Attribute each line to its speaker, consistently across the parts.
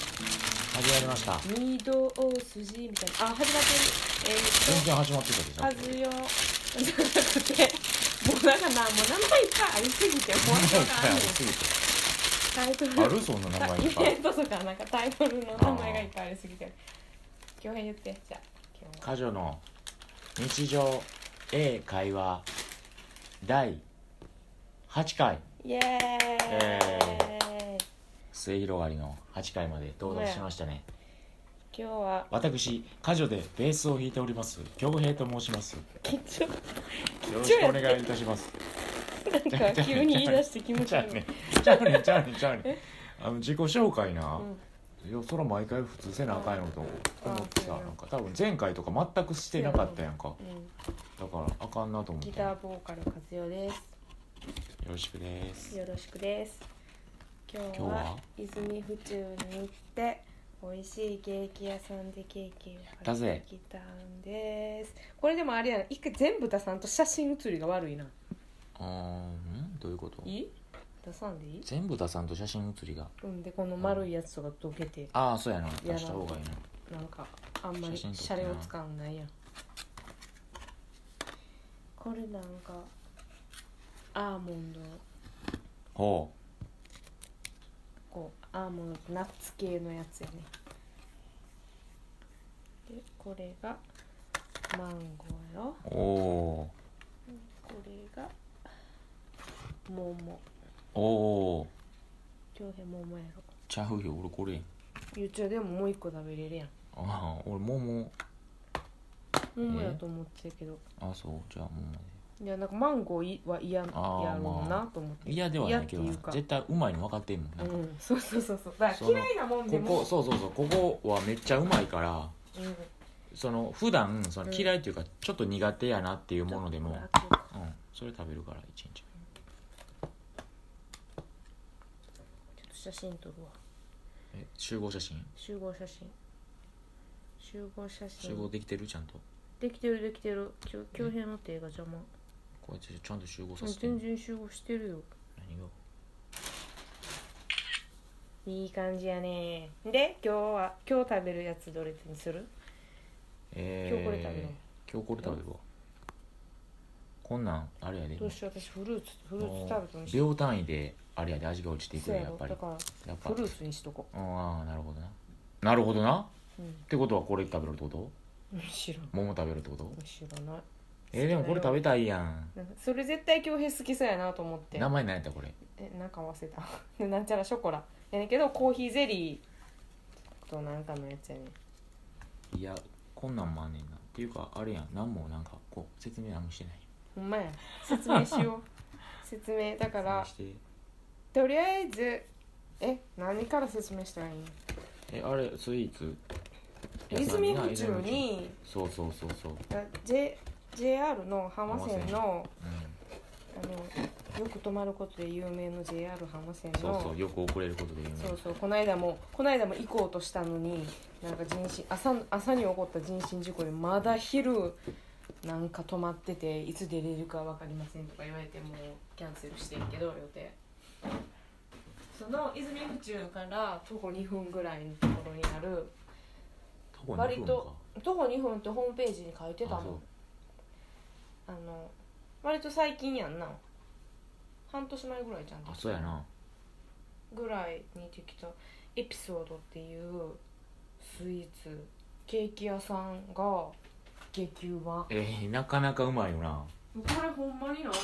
Speaker 1: 始まりました
Speaker 2: 二度筋みたいなあ始まってる
Speaker 1: 全
Speaker 2: え
Speaker 1: 然始まってたでし
Speaker 2: ー、っと和代じゃなくてもうなんかなもう名前いっぱいありすぎてもうなん
Speaker 1: ょ
Speaker 2: か
Speaker 1: ありすぎて
Speaker 2: タイトル
Speaker 1: あるそんな名前いっぱ
Speaker 2: イベ
Speaker 1: い
Speaker 2: ントとかなんかタイトルの名前がいっぱいありすぎて恭平言ってじゃあ今日
Speaker 1: 家女の日常 A 会話第8回
Speaker 2: イエーイ、
Speaker 1: 末広がりの8回まで到達しましたね
Speaker 2: 今日は
Speaker 1: 私家女でベースを弾いております京平と申しますよ
Speaker 2: 緊張
Speaker 1: ろしくお願いいたします
Speaker 2: なんか急に言い出して気 持ち
Speaker 1: じゃ
Speaker 2: 悪
Speaker 1: あ
Speaker 2: い、
Speaker 1: ね じゃあねじゃあねじゃあねあの自己紹介な、
Speaker 2: うん
Speaker 1: いやそら毎回普通せなあかんよと思ってさ
Speaker 2: あ
Speaker 1: な
Speaker 2: ー
Speaker 1: んか多分前回とか全くしてなかったやんか
Speaker 2: う
Speaker 1: だからあかんなと思
Speaker 2: ん、
Speaker 1: っ
Speaker 2: ギ
Speaker 1: てよ
Speaker 2: ターボーカル和代です
Speaker 1: ろしくです
Speaker 2: よろしくです今日
Speaker 1: 今日は
Speaker 2: は泉府中に行って美味しいケーキ屋さんでケーキを
Speaker 1: たぜ
Speaker 2: 買ってきたんですこれでもあれやな一回全部出さんと写真写りが悪いな
Speaker 1: うーんどういうこと
Speaker 2: いい出さんでいい
Speaker 1: 全部出さんと写真写りが
Speaker 2: うんでこの丸いやつとかどけて
Speaker 1: ああそうやな
Speaker 2: やな
Speaker 1: 出した方がいいな
Speaker 2: なんかあんまり
Speaker 1: 写真撮
Speaker 2: シ
Speaker 1: っ
Speaker 2: ャ
Speaker 1: て
Speaker 2: レ
Speaker 1: な
Speaker 2: を使わないやんこれなんかアーモンド
Speaker 1: ほ
Speaker 2: こうアーモンドとナッツ系のやつやねでこれがマンゴーやろ
Speaker 1: うお
Speaker 2: これが桃
Speaker 1: ーおー
Speaker 2: 京平桃やろ
Speaker 1: ちゃうよ俺これやん
Speaker 2: ゆうちゃでももう一個食べれるやん
Speaker 1: ああ俺もも
Speaker 2: 桃やと思ってたけど
Speaker 1: あそうじゃあもも
Speaker 2: いやなんかマンゴーいは嫌や
Speaker 1: あー
Speaker 2: ろう
Speaker 1: まあ
Speaker 2: なと思って
Speaker 1: 嫌ではないけど
Speaker 2: 嫌っ
Speaker 1: な
Speaker 2: ていうか
Speaker 1: 絶対うまいの分かってんもんな
Speaker 2: うん
Speaker 1: か
Speaker 2: んそうそうそうそうだか
Speaker 1: そ
Speaker 2: ら
Speaker 1: の
Speaker 2: 嫌いなもんで
Speaker 1: こ
Speaker 2: も
Speaker 1: こそうそうそうここはめっちゃうまいから
Speaker 2: うん、うん、
Speaker 1: その普段その
Speaker 2: うん
Speaker 1: 嫌いというかちょっと苦手やなっていうものでも、
Speaker 2: あこう
Speaker 1: うん、それ食べるから一日
Speaker 2: ちょっと写真撮るわ
Speaker 1: え集合写真
Speaker 2: 集合写真集合写真
Speaker 1: 集合できてるちゃんと
Speaker 2: できてるできてる今日今日の手が邪魔
Speaker 1: こうやってちゃんと集合さ
Speaker 2: もう
Speaker 1: せてん
Speaker 2: 全
Speaker 1: の
Speaker 2: 然集合してるよ
Speaker 1: 何が
Speaker 2: いい感じやねで今日は今日食べるやつどれにする
Speaker 1: えー、
Speaker 2: 今日これ食べる
Speaker 1: 今日これ食べるわこんなんあれやで
Speaker 2: どうしよう私フルーツフルー
Speaker 1: も
Speaker 2: ツ食べたの
Speaker 1: う
Speaker 2: に
Speaker 1: 秒単位であれやで味が落ちていく
Speaker 2: そう
Speaker 1: ね
Speaker 2: や
Speaker 1: やっ
Speaker 2: ろ
Speaker 1: ぱり
Speaker 2: だから
Speaker 1: やっぱ
Speaker 2: フルーツにしとこ
Speaker 1: うんああなるほどななるほどな
Speaker 2: う、うん、
Speaker 1: ってことはこれ食べるってこと
Speaker 2: 知らん
Speaker 1: 桃食べるってこと
Speaker 2: 知らない
Speaker 1: えー、でもこれ食べたいやん
Speaker 2: なんかそれ絶対恭平好きそうやなと思って
Speaker 1: 名前何やったこれ
Speaker 2: えなんか忘れた でなんちゃらショコラやねんけどコーヒーゼリーとなんかのやつやねん
Speaker 1: いやこんなんもあんねんなっていうかあれやん何もなんかこう説明何もしてない
Speaker 2: ほんまや説明しよ う説明だから
Speaker 1: 説明して
Speaker 2: とりあえずえ何から説明したらいいの
Speaker 1: えあれスイーツ
Speaker 2: 泉府中に
Speaker 1: そうそうそうそう、
Speaker 2: あ J JR の浜線の
Speaker 1: う
Speaker 2: あのよく泊まることで有名の JR 浜線の
Speaker 1: ん、そうそうよく遅れることで有名
Speaker 2: そうそうこの間もこの間も行こうとしたのになんか人身朝朝に起こった人身事故でまだ昼なんか泊まってていつ出れるか分かりませんとか言われてもうキャンセルしてんけど予定その泉府中から徒歩2分ぐらいのところにある
Speaker 1: とこに
Speaker 2: 割
Speaker 1: 行くんか
Speaker 2: と徒歩2分ってホームページに書いてた
Speaker 1: あ
Speaker 2: もんあの割と最近やんな半年前ぐらいじゃん
Speaker 1: そうあそうやな
Speaker 2: ぐらいにできたエピソードっていうスイーツケーキ屋さんが激うま
Speaker 1: えー、なかなかうまいよな
Speaker 2: これほんまになんか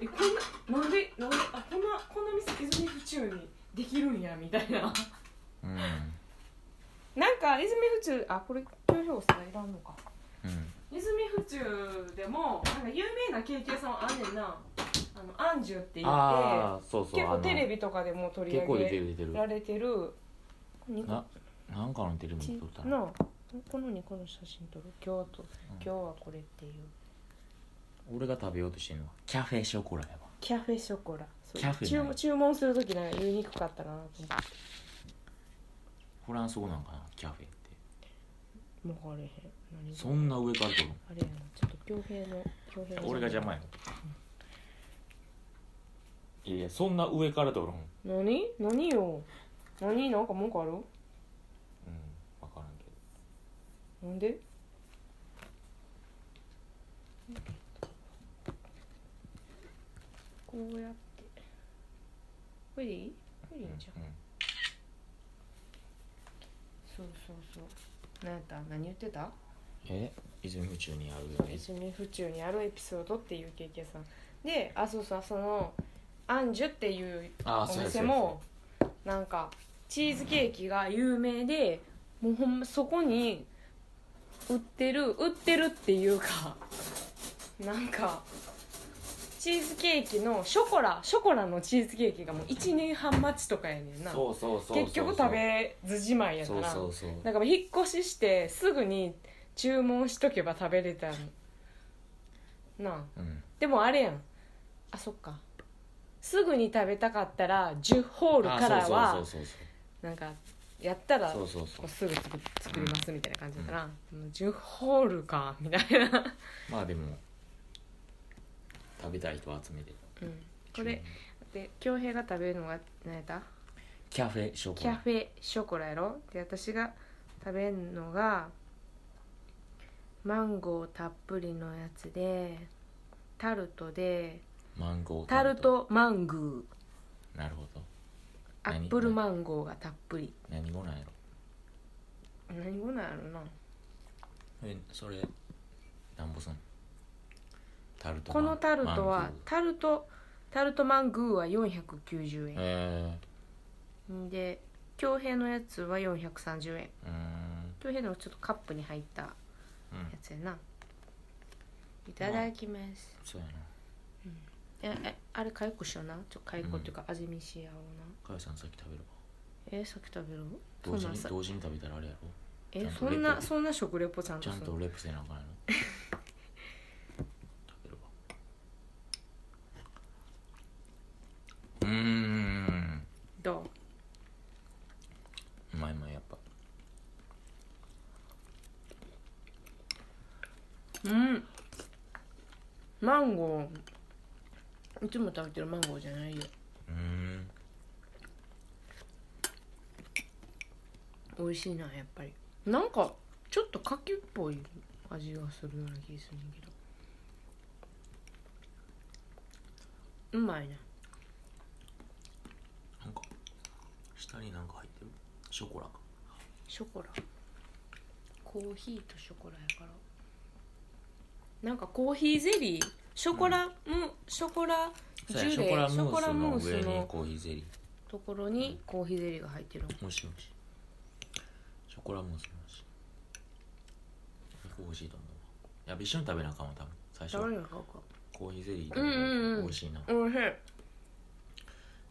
Speaker 2: えこんななんでなんであこんなこんな店泉府中にできるんやみたいな
Speaker 1: うん
Speaker 2: なんか泉府中あこれ投票さいらんのか
Speaker 1: うん
Speaker 2: 泉府中でもなんか有名なケーキ屋さんあんねんなあのアンジュって言って
Speaker 1: ああそうそう
Speaker 2: 結
Speaker 1: あ
Speaker 2: 構
Speaker 1: の
Speaker 2: テレビとかでも取り
Speaker 1: 結構出
Speaker 2: 上
Speaker 1: て
Speaker 2: げ
Speaker 1: る出てる
Speaker 2: られてる
Speaker 1: ななんかのテレビ
Speaker 2: ち
Speaker 1: に撮ったな
Speaker 2: のこのにこの写真撮る今日はと、今日はこれっていう
Speaker 1: 俺が食べようとしてんのはキャフェショコラやわ
Speaker 2: キャフェショコラそう
Speaker 1: キャフェ
Speaker 2: 注
Speaker 1: なんや
Speaker 2: 文注文する時なんか言いにくかったなと思って
Speaker 1: フランス語なんかなキャフェって
Speaker 2: もうかれへん何
Speaker 1: そんな上から撮るの
Speaker 2: あれやなちょっと恭平の恭平の
Speaker 1: 俺が邪魔やいやいやそんな上から撮るん
Speaker 2: 何何よ何なんか文句あるなんでこうやってこれでいいこれでいいんじゃん
Speaker 1: う
Speaker 2: そうそうそう何やった何言ってた
Speaker 1: んえ泉宇宙にあるよね
Speaker 2: 泉府中にあるエピソードっていうケーキ屋さんであそうそうそのアンジュっていう
Speaker 1: あ
Speaker 2: お店もなんかチーズケーキが有名でもうほんまそこに売ってる売ってるっていうか なんかチーズケーキのショコラショコラのチーズケーキがもう1年半待ちとかやねんな
Speaker 1: そうそうそうそう
Speaker 2: 結局食べずじまいやか
Speaker 1: そう
Speaker 2: ら
Speaker 1: そうそう
Speaker 2: なんか引っ越ししてすぐに注文しとけば食べれたのなあ
Speaker 1: うん
Speaker 2: でもあれやんあそっかすぐに食べたかったら10ホール
Speaker 1: あ
Speaker 2: から
Speaker 1: そ
Speaker 2: は
Speaker 1: うそうそうそう
Speaker 2: なんかやったら
Speaker 1: そうそうそう
Speaker 2: すぐ作作りますみたいな感じだから、もう10ホールかみたい な、
Speaker 1: まあでも食べたい人を集めて
Speaker 2: うん、これで恭平が食べるのが何やった
Speaker 1: キャフェショコ
Speaker 2: キャ
Speaker 1: ラ
Speaker 2: フェショコラやろで私が食べるのがマンゴーたっぷりのやつでタルトで
Speaker 1: マンゴー
Speaker 2: タルトマングー
Speaker 1: なるほど
Speaker 2: ア
Speaker 1: 何
Speaker 2: ップルマンゴーがたっぷり
Speaker 1: 何語なんやろ
Speaker 2: 何語なんやろな
Speaker 1: えそれなんぼすんタルト
Speaker 2: このタルト
Speaker 1: マ
Speaker 2: は
Speaker 1: ンゴー
Speaker 2: タルトタルトマングーは490円
Speaker 1: え
Speaker 2: で恭平のやつは430円
Speaker 1: ー、うーん
Speaker 2: 恭平のちょっとカップに入ったや
Speaker 1: うん
Speaker 2: つやないただきます、
Speaker 1: そうやな
Speaker 2: ええあれ解雇しようなちょ解雇っていうか味見し合おうな、
Speaker 1: かよさん先食べれば
Speaker 2: えさっき食べるそ
Speaker 1: 同
Speaker 2: ん
Speaker 1: 時
Speaker 2: なん
Speaker 1: に
Speaker 2: さ
Speaker 1: 同時に食べたらあれやろち
Speaker 2: え
Speaker 1: ゃんと
Speaker 2: そん
Speaker 1: レ
Speaker 2: な
Speaker 1: ポ
Speaker 2: そんな食レポちゃん
Speaker 1: ち
Speaker 2: と
Speaker 1: ゃ
Speaker 2: す
Speaker 1: ん
Speaker 2: る
Speaker 1: とレプせなあかんやろ食べるわうーん
Speaker 2: ど
Speaker 1: うまいうまいやっぱ
Speaker 2: ううんマンゴーいつも食べてるマンゴーじゃないよ
Speaker 1: うーん
Speaker 2: 美味しいなやっぱりなんかちょっと柿っぽい味がするような気がするんだけどうまいな
Speaker 1: なんか下になんか入ってるショコラか
Speaker 2: ショコラコーヒーとショコラやからなんかコーヒーゼリーショコラム、ショコラジ
Speaker 1: そう
Speaker 2: ュ
Speaker 1: や
Speaker 2: レ
Speaker 1: シ
Speaker 2: ショ
Speaker 1: ョコラム
Speaker 2: コラム
Speaker 1: ー
Speaker 2: ー
Speaker 1: スの上
Speaker 2: ス
Speaker 1: に
Speaker 2: の
Speaker 1: コーヒーゼリ
Speaker 2: ところにコーヒーゼリーが入ってる
Speaker 1: ーもしもしショコラムースもしこれ美味しいと思うわやっぱ一緒に食べなあかんわ多分最
Speaker 2: 誰
Speaker 1: 初
Speaker 2: が買うか
Speaker 1: コーヒーゼリー食べたら
Speaker 2: うんうんうん
Speaker 1: 美味しいな
Speaker 2: おいしい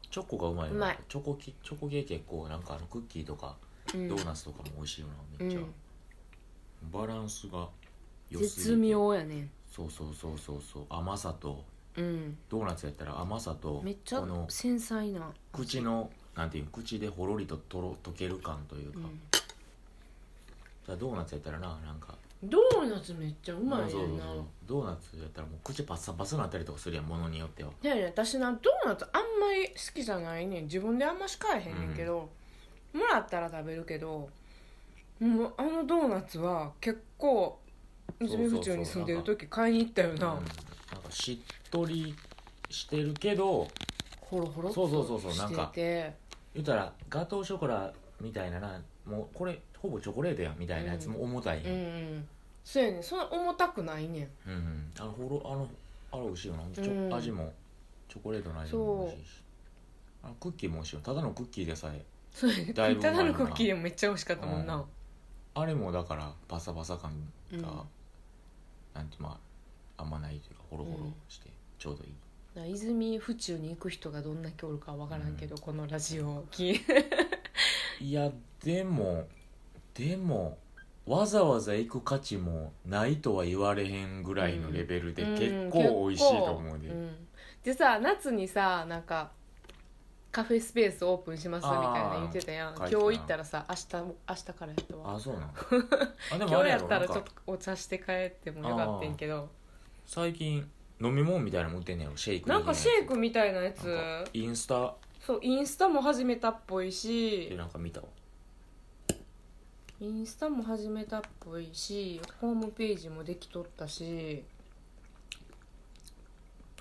Speaker 1: チョコがうまいよ
Speaker 2: うま
Speaker 1: ないチョコキチョコ系結構なんかあのクッキーとか
Speaker 2: うん
Speaker 1: ドーナツとかも美味しいよなめっちゃ、
Speaker 2: うん
Speaker 1: バランスが良すぎて
Speaker 2: 絶妙やね
Speaker 1: そうそうそうそうそう甘さと
Speaker 2: うん
Speaker 1: ドーナツやったら甘さと
Speaker 2: めっちゃ
Speaker 1: この
Speaker 2: 繊細な
Speaker 1: 口のなんていうの口でほろりととろ溶ける感というか、
Speaker 2: うん
Speaker 1: だからドーナツやったらななんか
Speaker 2: ドーナツめっちゃうまい
Speaker 1: そう
Speaker 2: ねん
Speaker 1: そう
Speaker 2: な
Speaker 1: そうドーナツやったらもう口パッサパサになったりとかするやんものによっては
Speaker 2: ねえねえ私なドーナツあんまり好きじゃないねん自分であんまし買えへんねんけど、もらったら食べるけどもうあのドーナツは結構
Speaker 1: そうそうそう
Speaker 2: 泉府中に住んでる時買いに行ったよ
Speaker 1: うん
Speaker 2: な
Speaker 1: なんかしっとりしてるけど
Speaker 2: ほろほろっ
Speaker 1: そうそうそ
Speaker 2: と
Speaker 1: うそう
Speaker 2: し
Speaker 1: なん
Speaker 2: て
Speaker 1: か
Speaker 2: て
Speaker 1: 言ったらガトーショコラみたいななもうこれほぼチョコレートやんみたいなやつも重たいや
Speaker 2: うん
Speaker 1: ん、
Speaker 2: うんそうやねんそんな重たくないねん
Speaker 1: うんうんあのほろあのあれ美味しいよな、ちょ
Speaker 2: うん
Speaker 1: 味もチョコレートの味も美味しいしあのクッキーも美味しいよただのクッキーでさえ
Speaker 2: そうやねん
Speaker 1: だいぶうまい
Speaker 2: た
Speaker 1: な
Speaker 2: だのクッキーでもめっちゃ美味しかったもん
Speaker 1: うん
Speaker 2: な
Speaker 1: あれもだからパサパサ感が、
Speaker 2: うん
Speaker 1: なんてまああんまないというかホロホロしてちょうどいい、
Speaker 2: な泉府中に行く人がどんな今日かわからんけど、このラジオを聞い
Speaker 1: いやでもでもわざわざ行く価値もないとは言われへんぐらいのレベルで
Speaker 2: うん
Speaker 1: 結構美味しいと思う
Speaker 2: 結
Speaker 1: で、
Speaker 2: 構んでさ夏にさなんかカフェスペースオープンしますみたいな言ってたやん
Speaker 1: あ
Speaker 2: 今
Speaker 1: ー
Speaker 2: 日行ったらさ明日も明日からやったわ
Speaker 1: あそうな のあでも
Speaker 2: 今
Speaker 1: あ
Speaker 2: 日
Speaker 1: れ
Speaker 2: や
Speaker 1: や
Speaker 2: っ
Speaker 1: ろ
Speaker 2: た
Speaker 1: な
Speaker 2: ら
Speaker 1: ん
Speaker 2: ちょっ
Speaker 1: か
Speaker 2: とお茶して帰ってもよかったんやけど
Speaker 1: 最近飲み物みたいなの持ってんねやろシェイク
Speaker 2: なんかシェイ
Speaker 1: ク
Speaker 2: クみたいなやつ
Speaker 1: なんかインスタ
Speaker 2: そうインスタも始めたっぽい
Speaker 1: で
Speaker 2: し
Speaker 1: なんか見たわ
Speaker 2: インスタも始めたっぽいしホームページもできとったし
Speaker 1: あ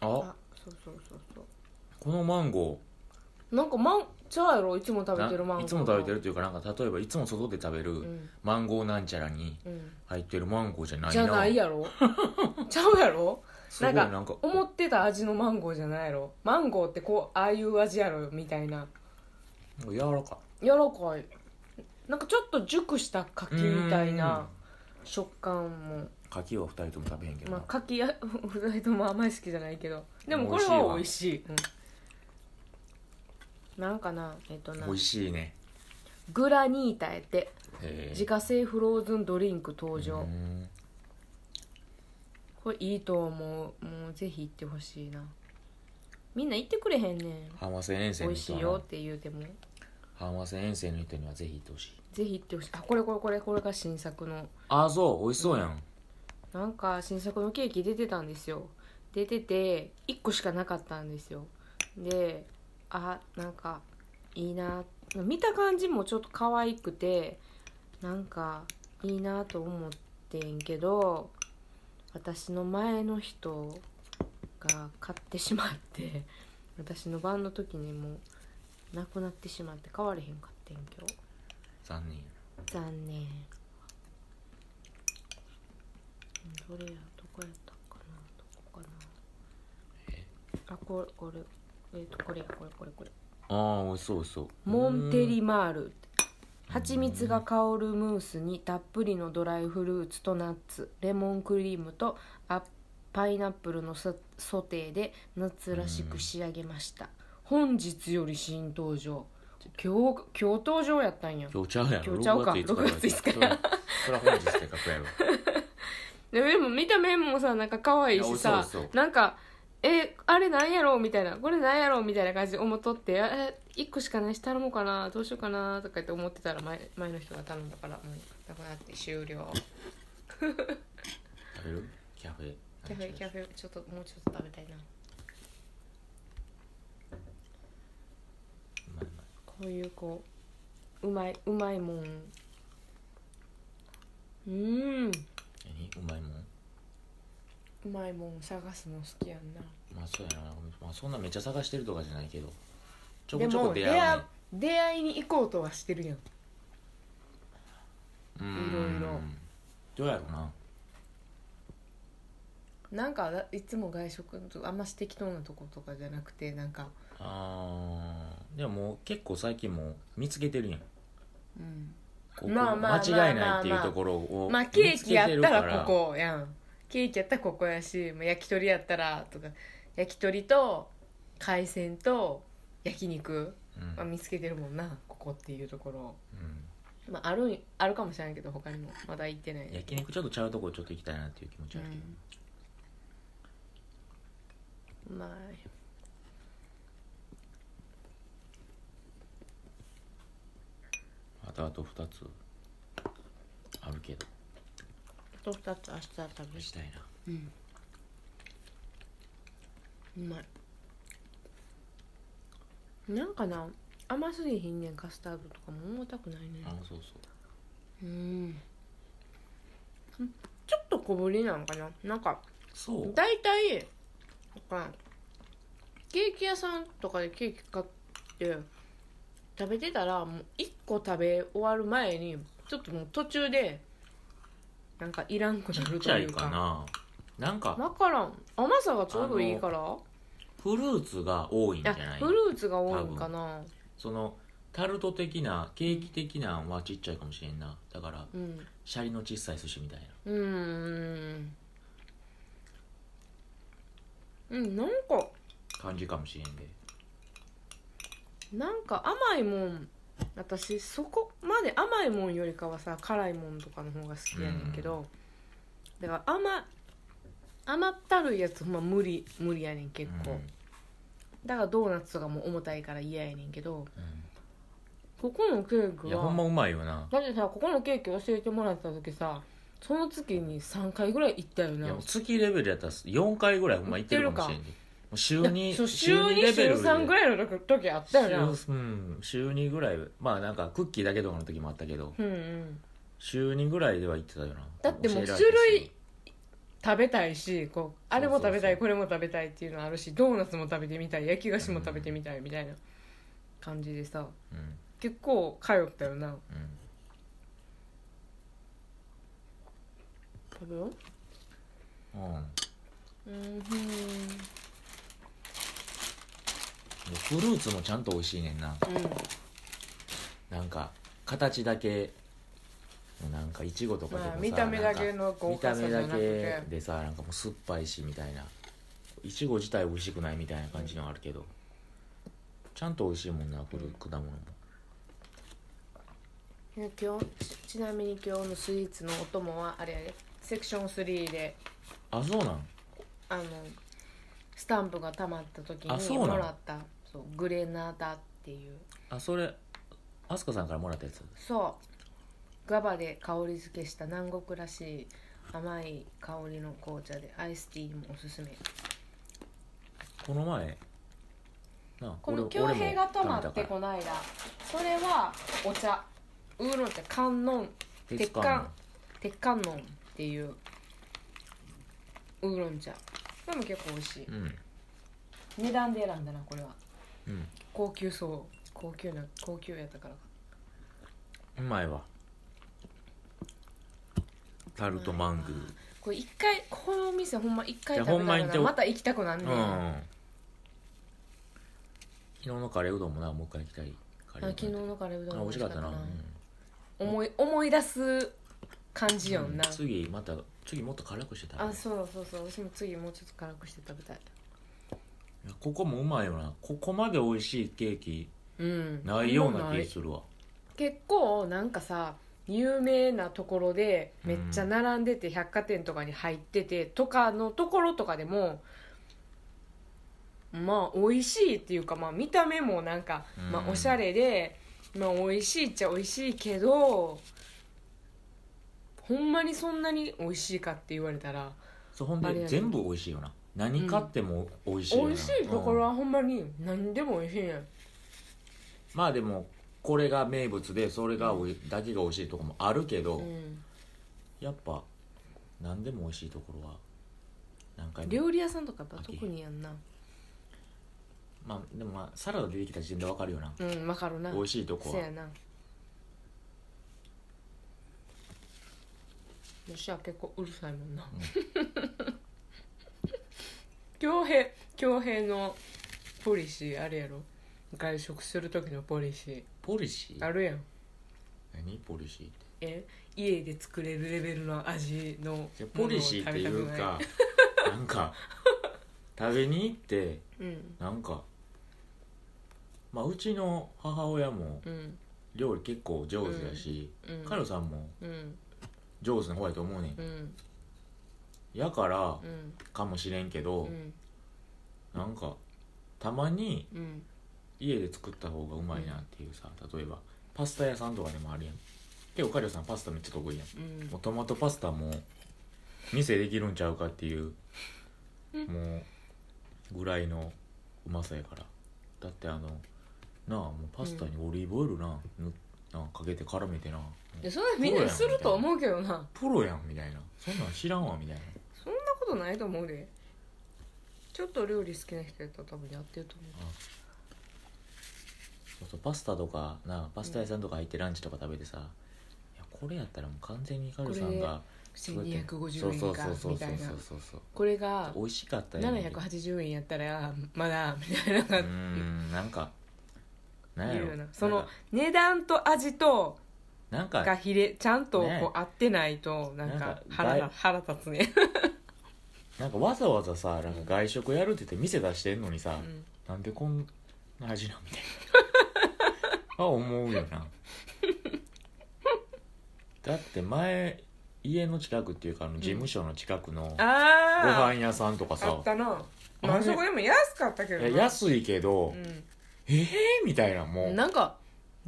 Speaker 2: あそうそうそうそう
Speaker 1: このマンゴ
Speaker 2: なんかマンちゃうやろいつも食
Speaker 1: ー
Speaker 2: べてるマンゴー
Speaker 1: ないつも食べてるというかなんか例えばいつも外で食べ
Speaker 2: う
Speaker 1: る
Speaker 2: ん、
Speaker 1: マンゴーなんちゃらに
Speaker 2: うん、
Speaker 1: 入ってるマンゴーじゃないな
Speaker 2: じゃないやろちゃうやろ
Speaker 1: すごい
Speaker 2: なんか
Speaker 1: なんか
Speaker 2: 思ってた味のマンゴーじゃないやろマンゴーってこうああいう味やろみたいな
Speaker 1: なんか柔らか
Speaker 2: 柔らかいなんかちょっと熟した柿みたいな食感も
Speaker 1: 柿は二人とも食べへんけど
Speaker 2: ま
Speaker 1: な、
Speaker 2: あ柿やフライドもあんまり好きじゃないけどでもこれ
Speaker 1: 美味しい
Speaker 2: は
Speaker 1: わ
Speaker 2: 美味しいうん、なんかなえっとな
Speaker 1: 美味しいね
Speaker 2: グラニータやって
Speaker 1: へー
Speaker 2: 自家製フローズンドリンク登場、
Speaker 1: うん
Speaker 2: これいいと思うもうぜひ行ってほしいなみんな行ってくれへんねん
Speaker 1: 浜瀬遠征
Speaker 2: 美
Speaker 1: の
Speaker 2: 味し
Speaker 1: 人
Speaker 2: い
Speaker 1: は
Speaker 2: よ
Speaker 1: な
Speaker 2: って言うても
Speaker 1: 浜瀬遠征の人にはぜひ行ってほしい
Speaker 2: ぜひ行ってほしいあこれこれこれこれが新作の
Speaker 1: あそう美味しそうやん、
Speaker 2: なんか新作のケーキ出てたんですよ出てて1個しかなかったんですよであなんかいいな見た感じもちょっと可愛くてなんかいいなと思ってんけど私の前の人が買ってしまって私の番の時にもうなくなってしまって買われへんかってん今日
Speaker 1: 残念
Speaker 2: 残念どれやどこやったかなどこかなあこれこれえっ、とこれやこれこれこれ
Speaker 1: ああ美味しそう美味しそう
Speaker 2: モンテリマール蜂蜜が香るムースにたっぷりのドライフルーツとナッツレモンクリームとアッパイナップルのソソテーで夏らしく仕上げました本日より新登場今日今日登場やったんや
Speaker 1: 今日ちゃうやん
Speaker 2: 今日ちゃうか
Speaker 1: 5
Speaker 2: 6月5日や
Speaker 1: そら本日って書くやろ
Speaker 2: ででも見た目もさなんか可愛いし
Speaker 1: いや
Speaker 2: さ
Speaker 1: そうそう
Speaker 2: なんかえあれなんやろうみたいなこれなんやろうみたいな感じで思っとってえ1個しかないし頼もうかなどうしようかなとかって思ってたら前前の人が頼んだからもうなくなって終了
Speaker 1: 食べるキャフェ
Speaker 2: キャフェキャフェちょっともうちょっと食べたいな
Speaker 1: うまいうまい
Speaker 2: こういうこううまいうまいもんうーん
Speaker 1: 何うまいもん
Speaker 2: うまいもん探すの好きやんな
Speaker 1: まあそうやな、まあ、そんなめっちゃ探してるとかじゃないけどちょこちょこ出
Speaker 2: で
Speaker 1: 会
Speaker 2: も出
Speaker 1: うね
Speaker 2: 会出会いに行こうとはしてるやん
Speaker 1: うーん
Speaker 2: いろいろ
Speaker 1: どうやろうな
Speaker 2: なんかいつも外食のとあんまし適当なとことかじゃなくてなんか
Speaker 1: あーでももう結構最近もう見つけてるやん
Speaker 2: うん
Speaker 1: ここ
Speaker 2: まあまあ
Speaker 1: 間違いないってい
Speaker 2: まあまあまあ
Speaker 1: うところを
Speaker 2: まあケーキやったらここやんケーキやったらここやしまあ焼き鳥やったらとか焼き鳥と海鮮と焼肉、
Speaker 1: こ、うん
Speaker 2: まあ、見つけてるもんなここっていうところ
Speaker 1: うん
Speaker 2: まああるんあるかもしれないけど他にもまだ行ってない
Speaker 1: 焼肉ちょっとちゃうとこちょっと行きたいなっていう気持ちあるけど、
Speaker 2: うん、まあ
Speaker 1: あとあと2つあるけど
Speaker 2: あと2つ明日食べ
Speaker 1: したいな
Speaker 2: うんうまいなんかな甘すぎひんねんカスタードとかも重たくないね
Speaker 1: あそうそ
Speaker 2: う
Speaker 1: う
Speaker 2: んちょっと小ぶりなんかななんか
Speaker 1: そう
Speaker 2: 大体なんかケーキ屋さんとかでケーキ買って食べてたらもう1個食べ終わる前にちょっともう途中でなんかいらんくな
Speaker 1: ちっ
Speaker 2: る
Speaker 1: ち
Speaker 2: と
Speaker 1: ゃ
Speaker 2: い
Speaker 1: いうかななんか
Speaker 2: わからん甘さがちょうどいいから
Speaker 1: フルーツが多いんじゃ
Speaker 2: あ
Speaker 1: ない
Speaker 2: フルーツが多いんかな
Speaker 1: そのタルト的なケーキ的なんはちっちゃいかもしれんなだから
Speaker 2: うん
Speaker 1: シャリの小さい寿司みたいな
Speaker 2: うーんうんなんか
Speaker 1: 感じかもしれんで
Speaker 2: なんか甘いもん私そこまで甘いもんよりかはさ辛いもんとかの方が好きやねんけど、だから甘甘ったるいやつほんま無理無理やねん結構、だからドーナツとかも重たいから嫌やねんけど
Speaker 1: うんうん
Speaker 2: ここのケーキ
Speaker 1: い
Speaker 2: は
Speaker 1: やほんまうまいよな
Speaker 2: だってさここのケーキ教えてもらった時さその月に3回ぐらい行ったよ
Speaker 1: い
Speaker 2: な
Speaker 1: やもう月レベルやったら4回ぐらいほんま行ってるかもしれんでもう週
Speaker 2: い
Speaker 1: 2
Speaker 2: やそう週2週3ぐらいの時時あったよな
Speaker 1: 週うん、週2ぐらいまあなんかクッキーだけとかの時もあったけど
Speaker 2: うんうん
Speaker 1: 週2ぐらいでは行ってたよな
Speaker 2: だってもう
Speaker 1: 教えられたし
Speaker 2: 種類食べたいしこうあれも食べたい
Speaker 1: そうそうそう
Speaker 2: これも食べたいっていうのあるしドーナツも食べてみたい焼き菓子も食べてみたいみたいな感じでさ
Speaker 1: うん
Speaker 2: 結構通ったよな
Speaker 1: うん
Speaker 2: 食べよ
Speaker 1: うん
Speaker 2: ううん
Speaker 1: でフルーツもちゃんと美味しいねんななんか形だけなんかいちごとかでもさ、
Speaker 2: まあ見た目だけ
Speaker 1: なんか
Speaker 2: の豪
Speaker 1: 見た
Speaker 2: 華さ
Speaker 1: 目
Speaker 2: じゃ
Speaker 1: だ
Speaker 2: なくて
Speaker 1: けでさなんかもう酸っぱいしみたいないちご自体美味しくないみたいな感じのはあるけど、ちゃんと美味しいもんなこれ
Speaker 2: うん
Speaker 1: 果物も
Speaker 2: 今日ちなみに今日のスイーツのお供はあれやでセクション3で
Speaker 1: あそうなん
Speaker 2: あのスタンプがたまった時
Speaker 1: あそ
Speaker 2: に
Speaker 1: うなの
Speaker 2: もらったそうグレナダっていう
Speaker 1: あそれあすかさんからもらったやつ
Speaker 2: そうガバで香り付けした南国らしい甘い香りの紅茶でアイスティーもおすすめ
Speaker 1: この前なあ
Speaker 2: この恭平が泊まってこ
Speaker 1: の
Speaker 2: の間それはお茶ウーロン茶観音鉄管鉄観音っていうウーロン茶でも結構美味しい
Speaker 1: うん
Speaker 2: 値段で選んだなこれは
Speaker 1: うん
Speaker 2: 高級そう高級な高級やったからか
Speaker 1: うまいわタルトマングー
Speaker 2: これ一回このお店ほんま一回食
Speaker 1: いやほ
Speaker 2: べ
Speaker 1: んま
Speaker 2: たら
Speaker 1: に行っ
Speaker 2: な
Speaker 1: てお
Speaker 2: また行きたくなんねん、
Speaker 1: うん昨日のカレーうどんもなもう一回行きたいカレー
Speaker 2: あ
Speaker 1: う
Speaker 2: 昨日
Speaker 1: どん
Speaker 2: のカレーうどん
Speaker 1: あ美味しかったな、
Speaker 2: 美味
Speaker 1: うん
Speaker 2: 思い思い出す感じやんな、
Speaker 1: うん次また次もっと辛くしてた
Speaker 2: あそうそうそう私も次もうちょっと辛くして食べたい
Speaker 1: いやここもうまいよなここまで美味しいケーキ
Speaker 2: うん
Speaker 1: ないような気
Speaker 2: い
Speaker 1: がするわ
Speaker 2: 結構なんかさ有名なところでめっちゃ並んでて百貨店とかに入っててとかのところとかでもまあ美味しいっていうか、まあ、見た目もなんか、
Speaker 1: うん
Speaker 2: まあ、おしゃれで、まあ、美味しいっちゃ美味しいけどほんまにそんなに美味しいかって言われたら
Speaker 1: そうほん
Speaker 2: あれや
Speaker 1: で
Speaker 2: ね
Speaker 1: 全部美味しいよな何買っても美味しいよな、
Speaker 2: 美味しいところはほんまに何でも美味しいねん
Speaker 1: まあでもこれが名物でそれがおい、だけが美味しいとこもあるけど、
Speaker 2: うん
Speaker 1: やっぱ何でも美味しいところは何回も
Speaker 2: 料理屋さんとかやっぱ特にやんな
Speaker 1: まあでもまあサラダ出てきた時点でわかるよな
Speaker 2: うんわかるな
Speaker 1: 美味しいとこ
Speaker 2: そう
Speaker 1: は
Speaker 2: やなよしは結構うるさいもんな 恭平恭平のポリシーあれやろ外食する時のポリシ
Speaker 1: ポリシ
Speaker 2: ーあ
Speaker 1: ー
Speaker 2: るやん
Speaker 1: 何ポリシーって
Speaker 2: え家で作れるレベルの味の
Speaker 1: じゃあポリシーっていうかなんか食べに行って
Speaker 2: ものを食べたくないうん
Speaker 1: なんかまあうちの母親も
Speaker 2: うん
Speaker 1: 料理結構上手だし、
Speaker 2: うん
Speaker 1: カロさんも
Speaker 2: うん
Speaker 1: 上手な方やと思うねん
Speaker 2: うん
Speaker 1: やから
Speaker 2: うん
Speaker 1: かもしれんけど、
Speaker 2: うん
Speaker 1: なんかたまに
Speaker 2: うん
Speaker 1: 家で作った方がうまいなっていうさ、例えばパスタ屋さんとかでもあるやん結構カリオさんパスタめっちゃ得意やん
Speaker 2: うん
Speaker 1: もうトマトパスタも店できるんちゃうかっていう
Speaker 2: うん
Speaker 1: もうぐらいのうまさやからだってあのなあもうパスタにオリーブオイルな,、ぬなあかけて絡めてない
Speaker 2: やそれはみんなすると思うけどな
Speaker 1: プロやんみたいなそんなん知らんわみたいな
Speaker 2: そんなことないと思うでちょっと料理好きな人やったら多分やってると思う
Speaker 1: そうそうパスタとかなあパスタ屋さんとか入ってランチとか食べてさ、いやこれやったらもう完全にカリオさんが
Speaker 2: 1250円か
Speaker 1: そうそう
Speaker 2: み
Speaker 1: そ
Speaker 2: た
Speaker 1: う
Speaker 2: いな
Speaker 1: そうそうそう
Speaker 2: これが
Speaker 1: 美味しかったよね
Speaker 2: 780円やったらまだみたいな
Speaker 1: う
Speaker 2: 感じ
Speaker 1: んなんかなんや
Speaker 2: 言う
Speaker 1: ろ
Speaker 2: よなその
Speaker 1: なんか
Speaker 2: 値段と味と
Speaker 1: なん
Speaker 2: が
Speaker 1: か
Speaker 2: ひれちゃんと
Speaker 1: ね
Speaker 2: こう合ってないとなん
Speaker 1: なん
Speaker 2: か
Speaker 1: か
Speaker 2: 腹
Speaker 1: だ
Speaker 2: 立
Speaker 1: い
Speaker 2: 腹立つね
Speaker 1: なんかわざわざさなんか外食やるって言って店出してんのにさ、
Speaker 2: うん
Speaker 1: なんでこんな味なんみたいなは思うよなだって前家の近くっていうかあの事務所の近くのご
Speaker 2: あ
Speaker 1: 飯屋さんとか
Speaker 2: ああ
Speaker 1: さ
Speaker 2: っ、たなま
Speaker 1: あ
Speaker 2: あ
Speaker 1: れ
Speaker 2: そこでも安かったけど
Speaker 1: いや
Speaker 2: な
Speaker 1: 安いけど、ええみたいなも
Speaker 2: う
Speaker 1: うん
Speaker 2: なんか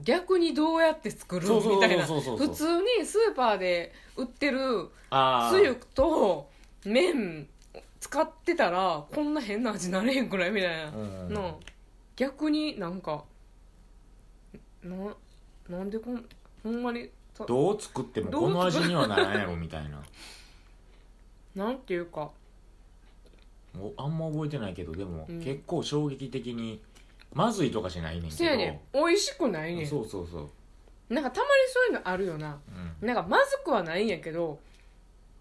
Speaker 2: 逆にどうやって作る
Speaker 1: そうそう
Speaker 2: みたいな
Speaker 1: そうそうそう
Speaker 2: 普通にスーパーで売ってる
Speaker 1: あ
Speaker 2: つゆと麺使ってたらこんな変な味なれへんくらいみたいな
Speaker 1: う、ん
Speaker 2: なあ逆になんかななんでこんほんまにそう
Speaker 1: どう作っても
Speaker 2: どう
Speaker 1: こ
Speaker 2: 作
Speaker 1: の味にはならんやろみたいな
Speaker 2: なんていうか
Speaker 1: もうあんま覚えてないけどでも、
Speaker 2: うん
Speaker 1: 結構衝撃的にまずいとかしないねん
Speaker 2: せや
Speaker 1: け
Speaker 2: ねん美味しくな
Speaker 1: ど、
Speaker 2: いねん
Speaker 1: そうそうそう、
Speaker 2: なんかたまにそういうのあるよな
Speaker 1: うん、
Speaker 2: なんかまずくはないんやけど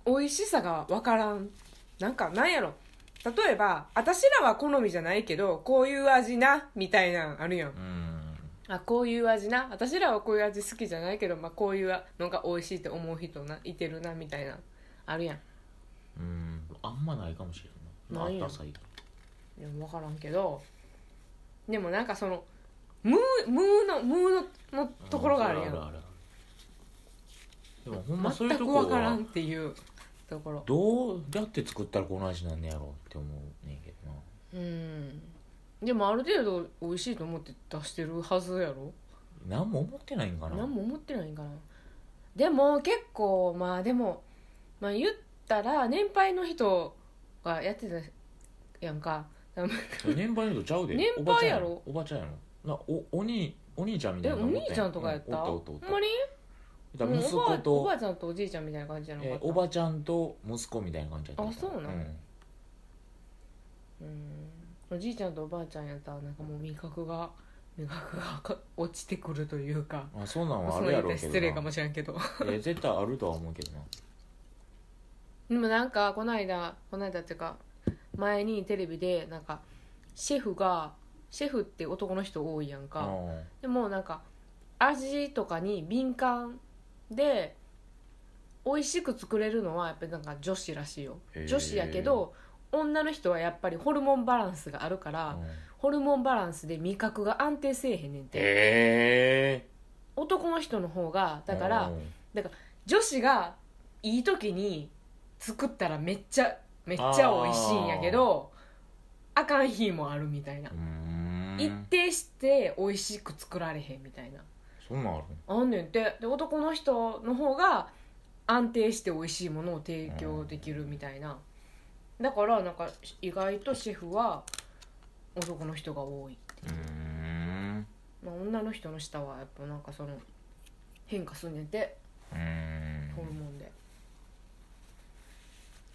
Speaker 2: 美味しさが分からんなんかなんやろ例えば私らは好みじゃないけどこういう味なみたいなんあるやん
Speaker 1: うん
Speaker 2: あこういう味な私らはこういう味好きじゃないけど、まあ、こういうのが美味しいって思う人ないてるなみたいなあるやん
Speaker 1: うんあんまないかもしれんな
Speaker 2: ないい
Speaker 1: あ
Speaker 2: や
Speaker 1: っ
Speaker 2: ん
Speaker 1: た最近
Speaker 2: いや分からんけどでもなんかそのムームーのムーののところがあるや
Speaker 1: うんんあるあるでもほんまそういう
Speaker 2: 全
Speaker 1: と
Speaker 2: く
Speaker 1: こ
Speaker 2: 分から
Speaker 1: は
Speaker 2: んっていうところ
Speaker 1: どうやって作ったらこの味なんねやろうって思うねんけどな
Speaker 2: うんでもある程度美味しいと思って出してるはずやろ
Speaker 1: 何も思ってないんかな
Speaker 2: 何も思ってないんかなでも結構まあでも、まあ、言ったら年配の人がやってたやんか
Speaker 1: 年配の人ちゃうで
Speaker 2: 年
Speaker 1: おばちゃん
Speaker 2: 配や
Speaker 1: や
Speaker 2: ろ
Speaker 1: ろおばちゃんやろなおお兄お兄ちゃんみた
Speaker 2: え
Speaker 1: いな
Speaker 2: お
Speaker 1: のおったや
Speaker 2: 兄ちゃんとかやった
Speaker 1: うん
Speaker 2: ほ
Speaker 1: おったおった
Speaker 2: んまに
Speaker 1: だから息子
Speaker 2: おばあおば
Speaker 1: と
Speaker 2: あちゃんとおじいちゃんみたいな感じじゃなかっ
Speaker 1: え
Speaker 2: た
Speaker 1: おばちゃんと息子みたいな感じやった
Speaker 2: あそうなん
Speaker 1: ん
Speaker 2: うんおじいちゃんとおばあちゃんやったらなんかもう味覚が味覚がか落ちてくるというか
Speaker 1: あそうなんは
Speaker 2: そ
Speaker 1: あ
Speaker 2: の
Speaker 1: る
Speaker 2: 言
Speaker 1: や
Speaker 2: い方
Speaker 1: ろうけど
Speaker 2: 失礼かも
Speaker 1: し
Speaker 2: しれんけど
Speaker 1: れない絶対あるとは思うけどな
Speaker 2: でもなんかこの間この間っていうか前にテレビでなんかシェフがシェフって男の人多いやんか、
Speaker 1: うん
Speaker 2: でもなんか味とかに敏感で美味しく作れるのはやっぱりなんか女子らしいよ
Speaker 1: へー
Speaker 2: 女子やけど女の人はやっぱりホルモンバランスがあるから、
Speaker 1: うん
Speaker 2: ホルモンバランスで味覚が安定せえへんねんて
Speaker 1: へえ
Speaker 2: 男の人の方がだから女子がいい時に作ったらめっちゃめっちゃ美味しいんやけどあかん日もあるみたいな、
Speaker 1: うん
Speaker 2: 一定して美味しく作られへんみたいな
Speaker 1: そんなんある
Speaker 2: あんねんてで男の人の方が安定して美味しいものを提供できるみたいなだからなんか意外とシェフは男の人が多い、
Speaker 1: うん
Speaker 2: まあ、女の人の舌はやっぱなんかその変化すんねんて
Speaker 1: うん
Speaker 2: ホルモンで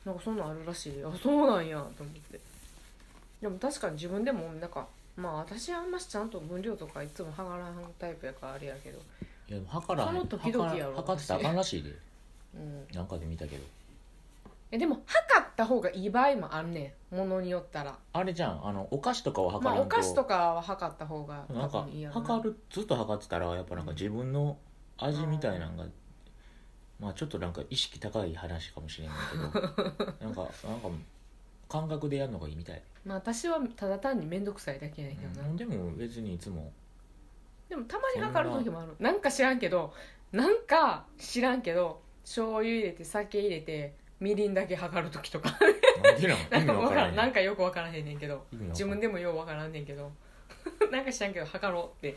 Speaker 2: なんかそんなんあるらしいあそうなんやと思ってでも確かに自分でもなんかまあ私はあんましちゃんと分量とかいつも測らんタイプやからあれやけど
Speaker 1: いやでも測らへん
Speaker 2: その時々やろ
Speaker 1: 測ら測ってたらあかんらしいで
Speaker 2: うん
Speaker 1: なんかで見たけど
Speaker 2: えでも測った方がいい場合もあんねんものによったら
Speaker 1: あれじゃんあのお菓子とかを測
Speaker 2: ま
Speaker 1: らん
Speaker 2: あ
Speaker 1: と
Speaker 2: お菓子とかは測った方が
Speaker 1: なん
Speaker 2: 多
Speaker 1: か
Speaker 2: 分いいやろな
Speaker 1: 測るずっと測ってたらやっぱなんか自分の味みたいなのが、まあちょっとなんか意識高い話かもしれない けどなんかなんか感覚でやるのがいいみたい、
Speaker 2: まあ私はただ単に面倒くさいだけやねんけどな、
Speaker 1: うんでも別にいつも
Speaker 2: でもたまに測る時もあるなんか知らんけどなんか知らんけど醤油入れて酒入れてみりんだけ測る時とか
Speaker 1: なんでな
Speaker 2: なん
Speaker 1: の意味
Speaker 2: か
Speaker 1: わ
Speaker 2: わか
Speaker 1: か
Speaker 2: ら
Speaker 1: ら
Speaker 2: ん
Speaker 1: ん
Speaker 2: なんかよくわからへんねんけど
Speaker 1: 意味わからん
Speaker 2: 自分でもようわからんねんけど なんか知らんけど測ろうって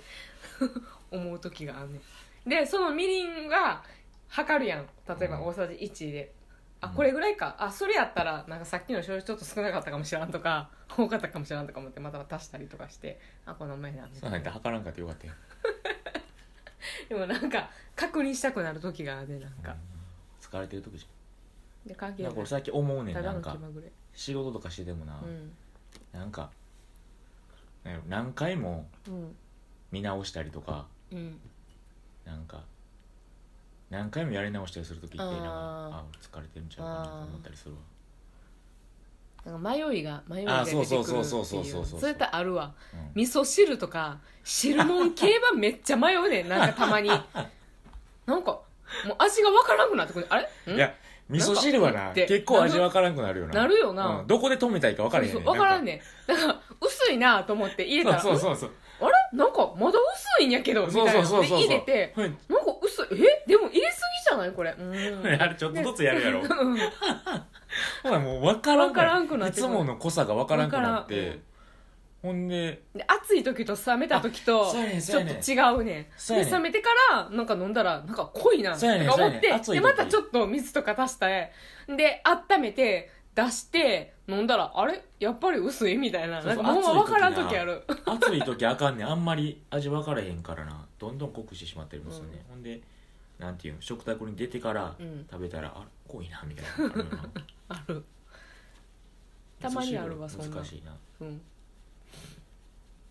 Speaker 2: 思う時があんねんでそのみりんが測るやん例えば
Speaker 1: うん
Speaker 2: 大さじ1で、あ
Speaker 1: うん
Speaker 2: これぐらいかあそれやったらなんかさっきの醤油ちょっと少なかったかもしらんとか 多かったかもしらんとか思ってまた足したりとかしてあこの前なんで
Speaker 1: そうなんだ測らんかってよかったよ
Speaker 2: でもなんか確認したくなる時があるねなんか、
Speaker 1: 疲れてる時じ
Speaker 2: で関
Speaker 1: ゃん
Speaker 2: 係
Speaker 1: な
Speaker 2: なんい
Speaker 1: か俺最近思うねん
Speaker 2: た
Speaker 1: な
Speaker 2: だの
Speaker 1: ん
Speaker 2: 気
Speaker 1: か
Speaker 2: まぐれ
Speaker 1: 仕事とかしててもな、
Speaker 2: うん
Speaker 1: なんかなんやろ何回も
Speaker 2: うん
Speaker 1: 見直したりとか
Speaker 2: うん
Speaker 1: なんか何回もやり直したりする時ってなんかあ
Speaker 2: あ
Speaker 1: 疲れてるんちゃうかなと思ったりするわ
Speaker 2: なんか迷いが迷いが出てくるってい
Speaker 1: あそうそうそうそうそうそうそう
Speaker 2: うそれとあるわ
Speaker 1: うん
Speaker 2: 味噌汁とか汁物系はめっちゃ迷うねんなんかた まになんかもう味がわからなくなってくるあれん
Speaker 1: いや、味噌汁はな、
Speaker 2: なんかうんって
Speaker 1: 結構味わからんくなるよな。
Speaker 2: なるよな
Speaker 1: うんどこで止めたいか分からへん
Speaker 2: そう
Speaker 1: ね
Speaker 2: そうわからん
Speaker 1: ね
Speaker 2: ねんだから薄いなと思って入れたら
Speaker 1: そうそうそう。
Speaker 2: あれなんかまだ薄いんやけどみた
Speaker 1: そ
Speaker 2: いうな
Speaker 1: そうそう
Speaker 2: で
Speaker 1: そう。
Speaker 2: 入れて
Speaker 1: うん。
Speaker 2: なんか薄いえでも入れすぎじゃないこれうーん
Speaker 1: あれちょっとずつ やるやろ。
Speaker 2: うん
Speaker 1: ほらもう分からん
Speaker 2: 分からんくなって
Speaker 1: い
Speaker 2: く
Speaker 1: つ
Speaker 2: る
Speaker 1: もの濃さが分からんくなっ
Speaker 2: 分からんう
Speaker 1: て
Speaker 2: ん。
Speaker 1: ほんで、
Speaker 2: で暑い時と冷めた時と
Speaker 1: あそうやねん
Speaker 2: ちょっと違うねん
Speaker 1: そうやねん
Speaker 2: で冷めてからなんか飲んだらなんか濃いなと
Speaker 1: そうやねん
Speaker 2: か思
Speaker 1: そ
Speaker 2: っ
Speaker 1: うやねん
Speaker 2: て
Speaker 1: 暑い時
Speaker 2: でまたちょっと水とか足してで温めて出して飲んだらあれやっぱり薄いみたいな
Speaker 1: そうそう
Speaker 2: なんかほんま分からん
Speaker 1: 暑い時な
Speaker 2: 時ある
Speaker 1: 暑い時あかんねん。あんまり味分からへんからな。どんどん濃くしてしまってるんですよね。ほんで、なんていうの食卓に出てから
Speaker 2: うん
Speaker 1: 食べたら、あれ濃いなみ たいなのあるよな
Speaker 2: ある たまにあるわ
Speaker 1: 味
Speaker 2: そ
Speaker 1: 噌汁
Speaker 2: んな
Speaker 1: 難しいな
Speaker 2: うん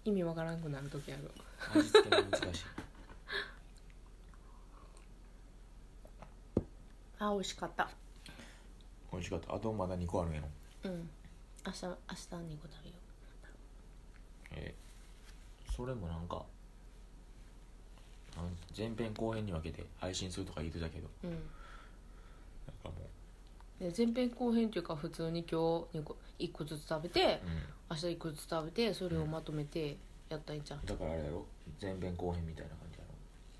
Speaker 2: 意味わからんくなる時ある
Speaker 1: 味付けが難しい
Speaker 2: あ美味しかった
Speaker 1: 美味しかったあとまだ2個あるんやろ
Speaker 2: うん明日明日2個食べよ
Speaker 1: えーそれもなんかなん前編後編に分けて配信するとか言ってたけど
Speaker 2: ううん
Speaker 1: なんかも
Speaker 2: で前編後編というか普通に今日2個1個ずつ食べて
Speaker 1: う、う
Speaker 2: 明日1個ずつ食べてそれをまとめてやったらいいんじゃん
Speaker 1: ん、だからあれだろ前編後編みたいな感じや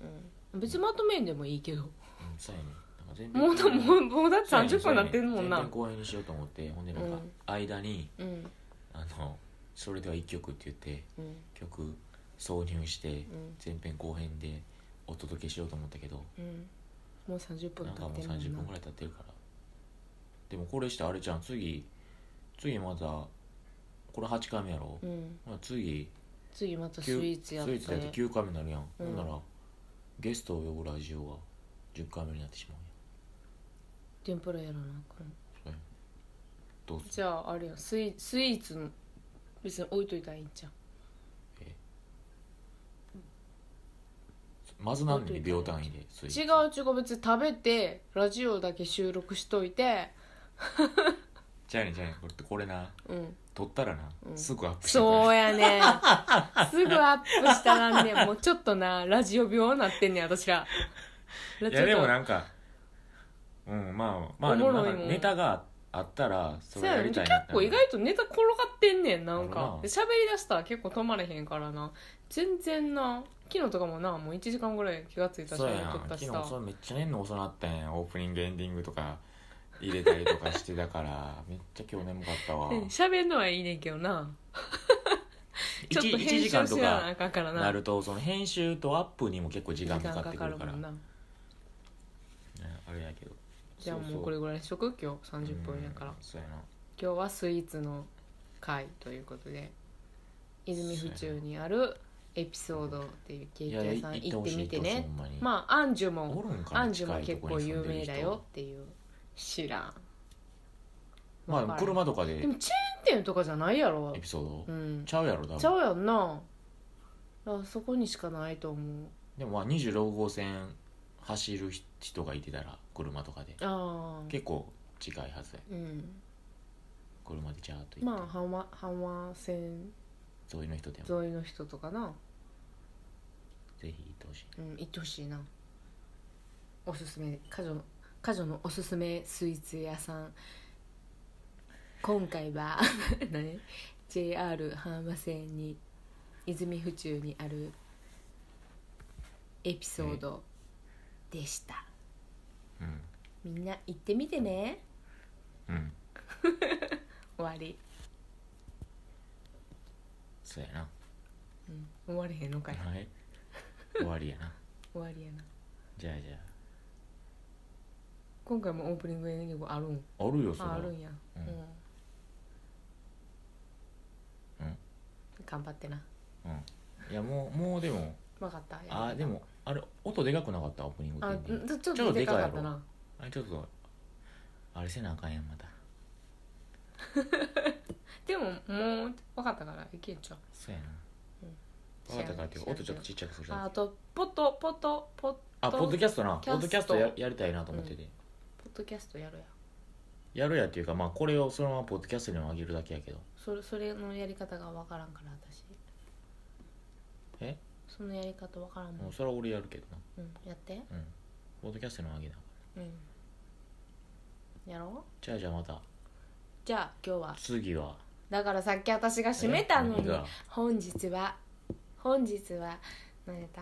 Speaker 1: ろ
Speaker 2: うん別にまとめんでもいいけど
Speaker 1: うんそうやねなんか前
Speaker 2: もう
Speaker 1: 後
Speaker 2: だ
Speaker 1: 編
Speaker 2: もうもうだって
Speaker 1: そうやね
Speaker 2: 30分なってんもん
Speaker 1: 前
Speaker 2: な
Speaker 1: 編後編にしようと思ってほんでなん
Speaker 2: う
Speaker 1: か
Speaker 2: ん
Speaker 1: 間に、
Speaker 2: うん
Speaker 1: あのそれでは1曲って言って
Speaker 2: うん
Speaker 1: 曲挿入して
Speaker 2: うん
Speaker 1: 前編後編でお届けしようと思ったけど
Speaker 2: うんもう30分
Speaker 1: なんか
Speaker 2: 経
Speaker 1: も
Speaker 2: っ
Speaker 1: う
Speaker 2: てんもん
Speaker 1: 30
Speaker 2: な
Speaker 1: 分ぐらい経ってるからでもこれしてあれじゃん次次またこれ8回目やろ、
Speaker 2: うん
Speaker 1: まあ、次
Speaker 2: 次またスイ
Speaker 1: きゅう
Speaker 2: ーツやって
Speaker 1: スイーツやって9回目になるやん、
Speaker 2: うん
Speaker 1: ほんならゲストを呼ぶラジオが10回目になってしまう
Speaker 2: 天ぷらやらなあかん
Speaker 1: やんそうやんどうす
Speaker 2: じゃああれやスイスイーツの別に置いといたらいいんじゃん
Speaker 1: るまずなんねん秒単位でスイーツ
Speaker 2: 違う違う別に食べてラジオだけ収録しといて
Speaker 1: じゃあねじゃあねこれこれな
Speaker 2: うん
Speaker 1: 撮ったらな、
Speaker 2: うん
Speaker 1: すぐアップしてくれ
Speaker 2: そうや ねすぐアップしたらんねもうちょっとなラジオ病になってんねん私ら
Speaker 1: いやでもなんんかうんまあまあでもなん
Speaker 2: おも
Speaker 1: か
Speaker 2: ろいもん
Speaker 1: ネタがあったら
Speaker 2: そ
Speaker 1: そ
Speaker 2: う
Speaker 1: れ
Speaker 2: や
Speaker 1: や
Speaker 2: ね
Speaker 1: り
Speaker 2: 結
Speaker 1: たいなって
Speaker 2: 構意外とネタ転がってんねんなん
Speaker 1: あるな
Speaker 2: かで喋りだしたら結構止まれへんからな全然な昨日とかもなもう1時間ぐらい気がついたし
Speaker 1: そうや
Speaker 2: 喋
Speaker 1: ん
Speaker 2: っとった
Speaker 1: 昨
Speaker 2: し
Speaker 1: 日
Speaker 2: さ
Speaker 1: それめっちゃ寝んの遅なったんやオープニングエンディングとか入れたりとかしてたから めっちゃ今日眠かったわ
Speaker 2: うん喋るのはいいねんけどなちょっと
Speaker 1: 1
Speaker 2: 編集
Speaker 1: 時
Speaker 2: しな
Speaker 1: 間と
Speaker 2: あ
Speaker 1: か
Speaker 2: かんからな
Speaker 1: なるとその編集とアップにも結構時間かかってくるから
Speaker 2: な
Speaker 1: ねあれやけど
Speaker 2: じゃあ
Speaker 1: そ
Speaker 2: も
Speaker 1: そう
Speaker 2: これぐらいにしとく今日30分やから
Speaker 1: うんそうやな
Speaker 2: 今日はスイーツの会ということで泉府中にあるエピソードっていうケー
Speaker 1: い
Speaker 2: キ
Speaker 1: やい
Speaker 2: 屋
Speaker 1: や
Speaker 2: さん
Speaker 1: 行って
Speaker 2: 行っ
Speaker 1: ほ
Speaker 2: て
Speaker 1: しい
Speaker 2: みて
Speaker 1: 行ってほし
Speaker 2: ね
Speaker 1: いほんまに
Speaker 2: まあアンジュも
Speaker 1: おるんかな
Speaker 2: アンジュも
Speaker 1: 近い
Speaker 2: 結
Speaker 1: とこ
Speaker 2: 構
Speaker 1: に住
Speaker 2: 有
Speaker 1: んでる
Speaker 2: 名
Speaker 1: 人
Speaker 2: だよっていう知らん
Speaker 1: まあでも車とか
Speaker 2: で
Speaker 1: で
Speaker 2: もチェーン店とかじゃないやろ
Speaker 1: エピソード
Speaker 2: うん
Speaker 1: ちゃうやろ多
Speaker 2: ちゃ
Speaker 1: 分
Speaker 2: うやんなあそこにしかないと思う
Speaker 1: でもまあ26号線走る人がいてたら車とかで
Speaker 2: ああ
Speaker 1: 結構近いはずや
Speaker 2: うん
Speaker 1: 車でジャーっと行って、
Speaker 2: まあ半和半和線
Speaker 1: そういうの人でも
Speaker 2: 沿いの人とかな
Speaker 1: ぜひ行ってほし
Speaker 2: う
Speaker 1: い
Speaker 2: ん行ってほしいなおすすめ家女の家女のおすすめスイーツ屋さん今回は 何 JR 阪和線に泉府中にあるエピソードでした
Speaker 1: うん
Speaker 2: みんな行ってみてね
Speaker 1: うん
Speaker 2: 終わり、
Speaker 1: そうやな
Speaker 2: うん、終われへんのかい
Speaker 1: はい終わりやな
Speaker 2: 終わりやな
Speaker 1: じゃあじゃ
Speaker 2: 今回もオープニングエンディングあるん
Speaker 1: ああるよそれ
Speaker 2: ああるんや
Speaker 1: う
Speaker 2: うんん、
Speaker 1: うん
Speaker 2: 頑張ってな
Speaker 1: うんいやもうもうでも
Speaker 2: 分かったやめた
Speaker 1: あーでもあれ音でかくなかったオープニング
Speaker 2: あ
Speaker 1: って言うんんで
Speaker 2: ちょちょっとでかかった
Speaker 1: ちょっとでかいや
Speaker 2: な
Speaker 1: あれちょっとあれせなあかんやんまた
Speaker 2: でももう分かったからいけんちゃう
Speaker 1: そうやな
Speaker 2: うん
Speaker 1: 分かったからっていうか
Speaker 2: 知らん
Speaker 1: 音ちょっとちっちゃくするだけ
Speaker 2: ああとポトポトポッ
Speaker 1: あポッドキャストな
Speaker 2: キ
Speaker 1: ポ
Speaker 2: ャスト
Speaker 1: ッドキャストややりたいなと思ってて、
Speaker 2: ポッドキャストやるや
Speaker 1: やるやっていうかまあこれをそのままポッドキャストにも上げるだけやけど
Speaker 2: それそれのやり方が分からんから私
Speaker 1: え
Speaker 2: そのやり方分からんも
Speaker 1: も
Speaker 2: ん
Speaker 1: う、それは俺やるけど
Speaker 2: うん、やって
Speaker 1: なうんポッドキャストにも上げなあかん
Speaker 2: うんやろう
Speaker 1: じゃあじゃあまた
Speaker 2: じゃあ今日は
Speaker 1: 次は
Speaker 2: だからさっき私が閉めたのに
Speaker 1: え何が
Speaker 2: 本日は本日は何やった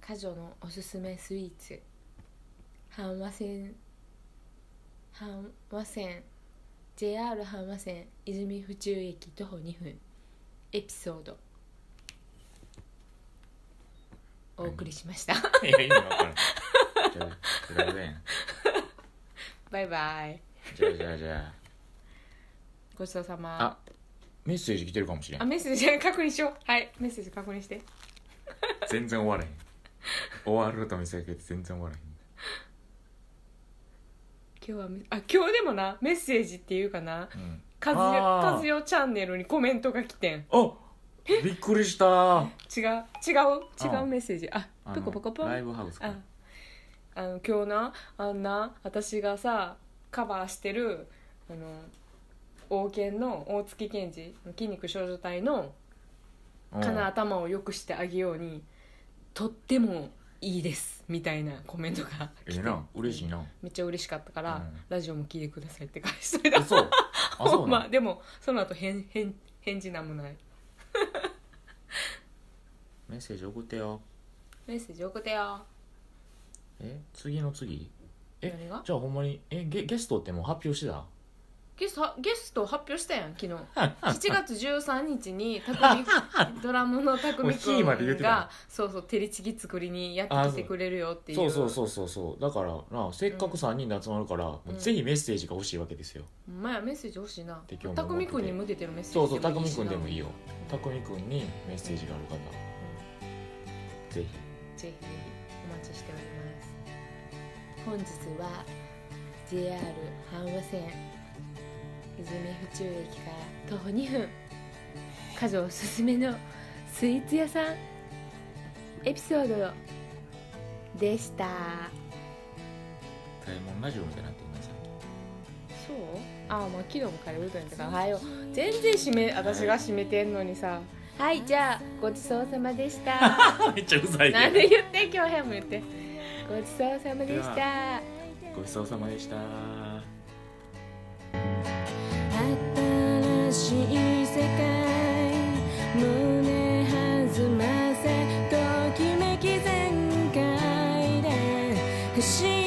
Speaker 2: 家女のおすすめスイーツ阪和線阪和線 JR 阪和線泉府中駅徒歩2分エピソードお送りしました
Speaker 1: いや意味わからんじゃあグラブやん
Speaker 2: バイバイ
Speaker 1: じゃあじゃあじゃ
Speaker 2: ごちそうさま
Speaker 1: あメッセージ来てるかもしれ
Speaker 2: あ
Speaker 1: ん
Speaker 2: メッセージ確認しようはいメッセージ確認して
Speaker 1: 全然終わらへん終わると見せかけて全然終わらへん
Speaker 2: 今日はメあ今日でもなメッセージっていうかな
Speaker 1: うん
Speaker 2: カズ
Speaker 1: あー
Speaker 2: ヨカズヨチャンネルにコメントが来てん
Speaker 1: あびっくりした
Speaker 2: 違う違う違うメッセージあ
Speaker 1: あの
Speaker 2: ポコポコポ
Speaker 1: ライ
Speaker 2: ン
Speaker 1: ブハウスか
Speaker 2: ああの今日なあんな私がさカバーしてるあの王権の大月健治筋肉少女隊の
Speaker 1: うん
Speaker 2: かな頭を良くしてあげようにとってもいいですみたいなコメントが
Speaker 1: え
Speaker 2: 来
Speaker 1: え
Speaker 2: て
Speaker 1: な嬉しいな
Speaker 2: めっちゃ嬉しかったから、
Speaker 1: うん
Speaker 2: ラジオも聞いてくださいって返しといた
Speaker 1: あそうあ そ
Speaker 2: ほ
Speaker 1: うんな
Speaker 2: ま
Speaker 1: ん
Speaker 2: でもその後返返返事なんもない
Speaker 1: メッセージ送ってよ
Speaker 2: メッセージ送ってよ
Speaker 1: え次の次え
Speaker 2: 何が
Speaker 1: じゃあほんまにえゲゲストってもう発表して た
Speaker 2: ゲストゲスト発表したやん昨日7月13日に匠ドラムの匠
Speaker 1: もう日まで
Speaker 2: 君
Speaker 1: 言ってたの
Speaker 2: がそうそう照りちぎ作りにやってきてくれるよっていう
Speaker 1: そうそうそうそうそうだからなせっかく3人で集まるから、もうぜひメッセージが欲しいわけですよ、
Speaker 2: ほんまやメッセージ欲しいな
Speaker 1: て今日も思っ
Speaker 2: 匠
Speaker 1: てて
Speaker 2: 君に向けてのメッセージ
Speaker 1: そうそう
Speaker 2: でもいい
Speaker 1: 匠
Speaker 2: し
Speaker 1: くんでもいい
Speaker 2: な
Speaker 1: よ匠くんにメッセージがある方、ぜひ
Speaker 2: ぜひぜひお待ちしております本日は JR 阪和線泉府中駅から徒歩2分家女おすすめのスイーツ屋さんエピソードでした
Speaker 1: 大門ラジオみたいになってください
Speaker 2: そうああまあ昨日もカレーうどんやったからはよ全然締め私が締めてんのにさはいじゃあごちそうさまでした
Speaker 1: めっちゃうざい
Speaker 2: なんで言って今日も言ってごちそうさまでし
Speaker 1: で
Speaker 2: た
Speaker 1: ごちそうさまでした
Speaker 3: 新しい世界胸弾ませときめき全開で走り